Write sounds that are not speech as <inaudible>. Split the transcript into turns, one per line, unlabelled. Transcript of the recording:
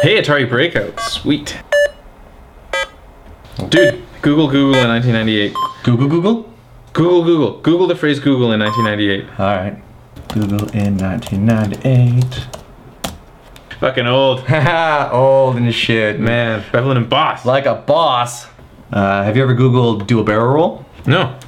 Hey, Atari Breakout. Sweet. Dude, Google Google in 1998.
Google, Google.
Google Google. Google the phrase Google in 1998.
All right. Google in 1998.
Fucking old.
Haha, <laughs> old and shit, man.
Man, Bevelin and Boss.
Like a boss. Uh, have you ever Googled dual barrel roll?
No.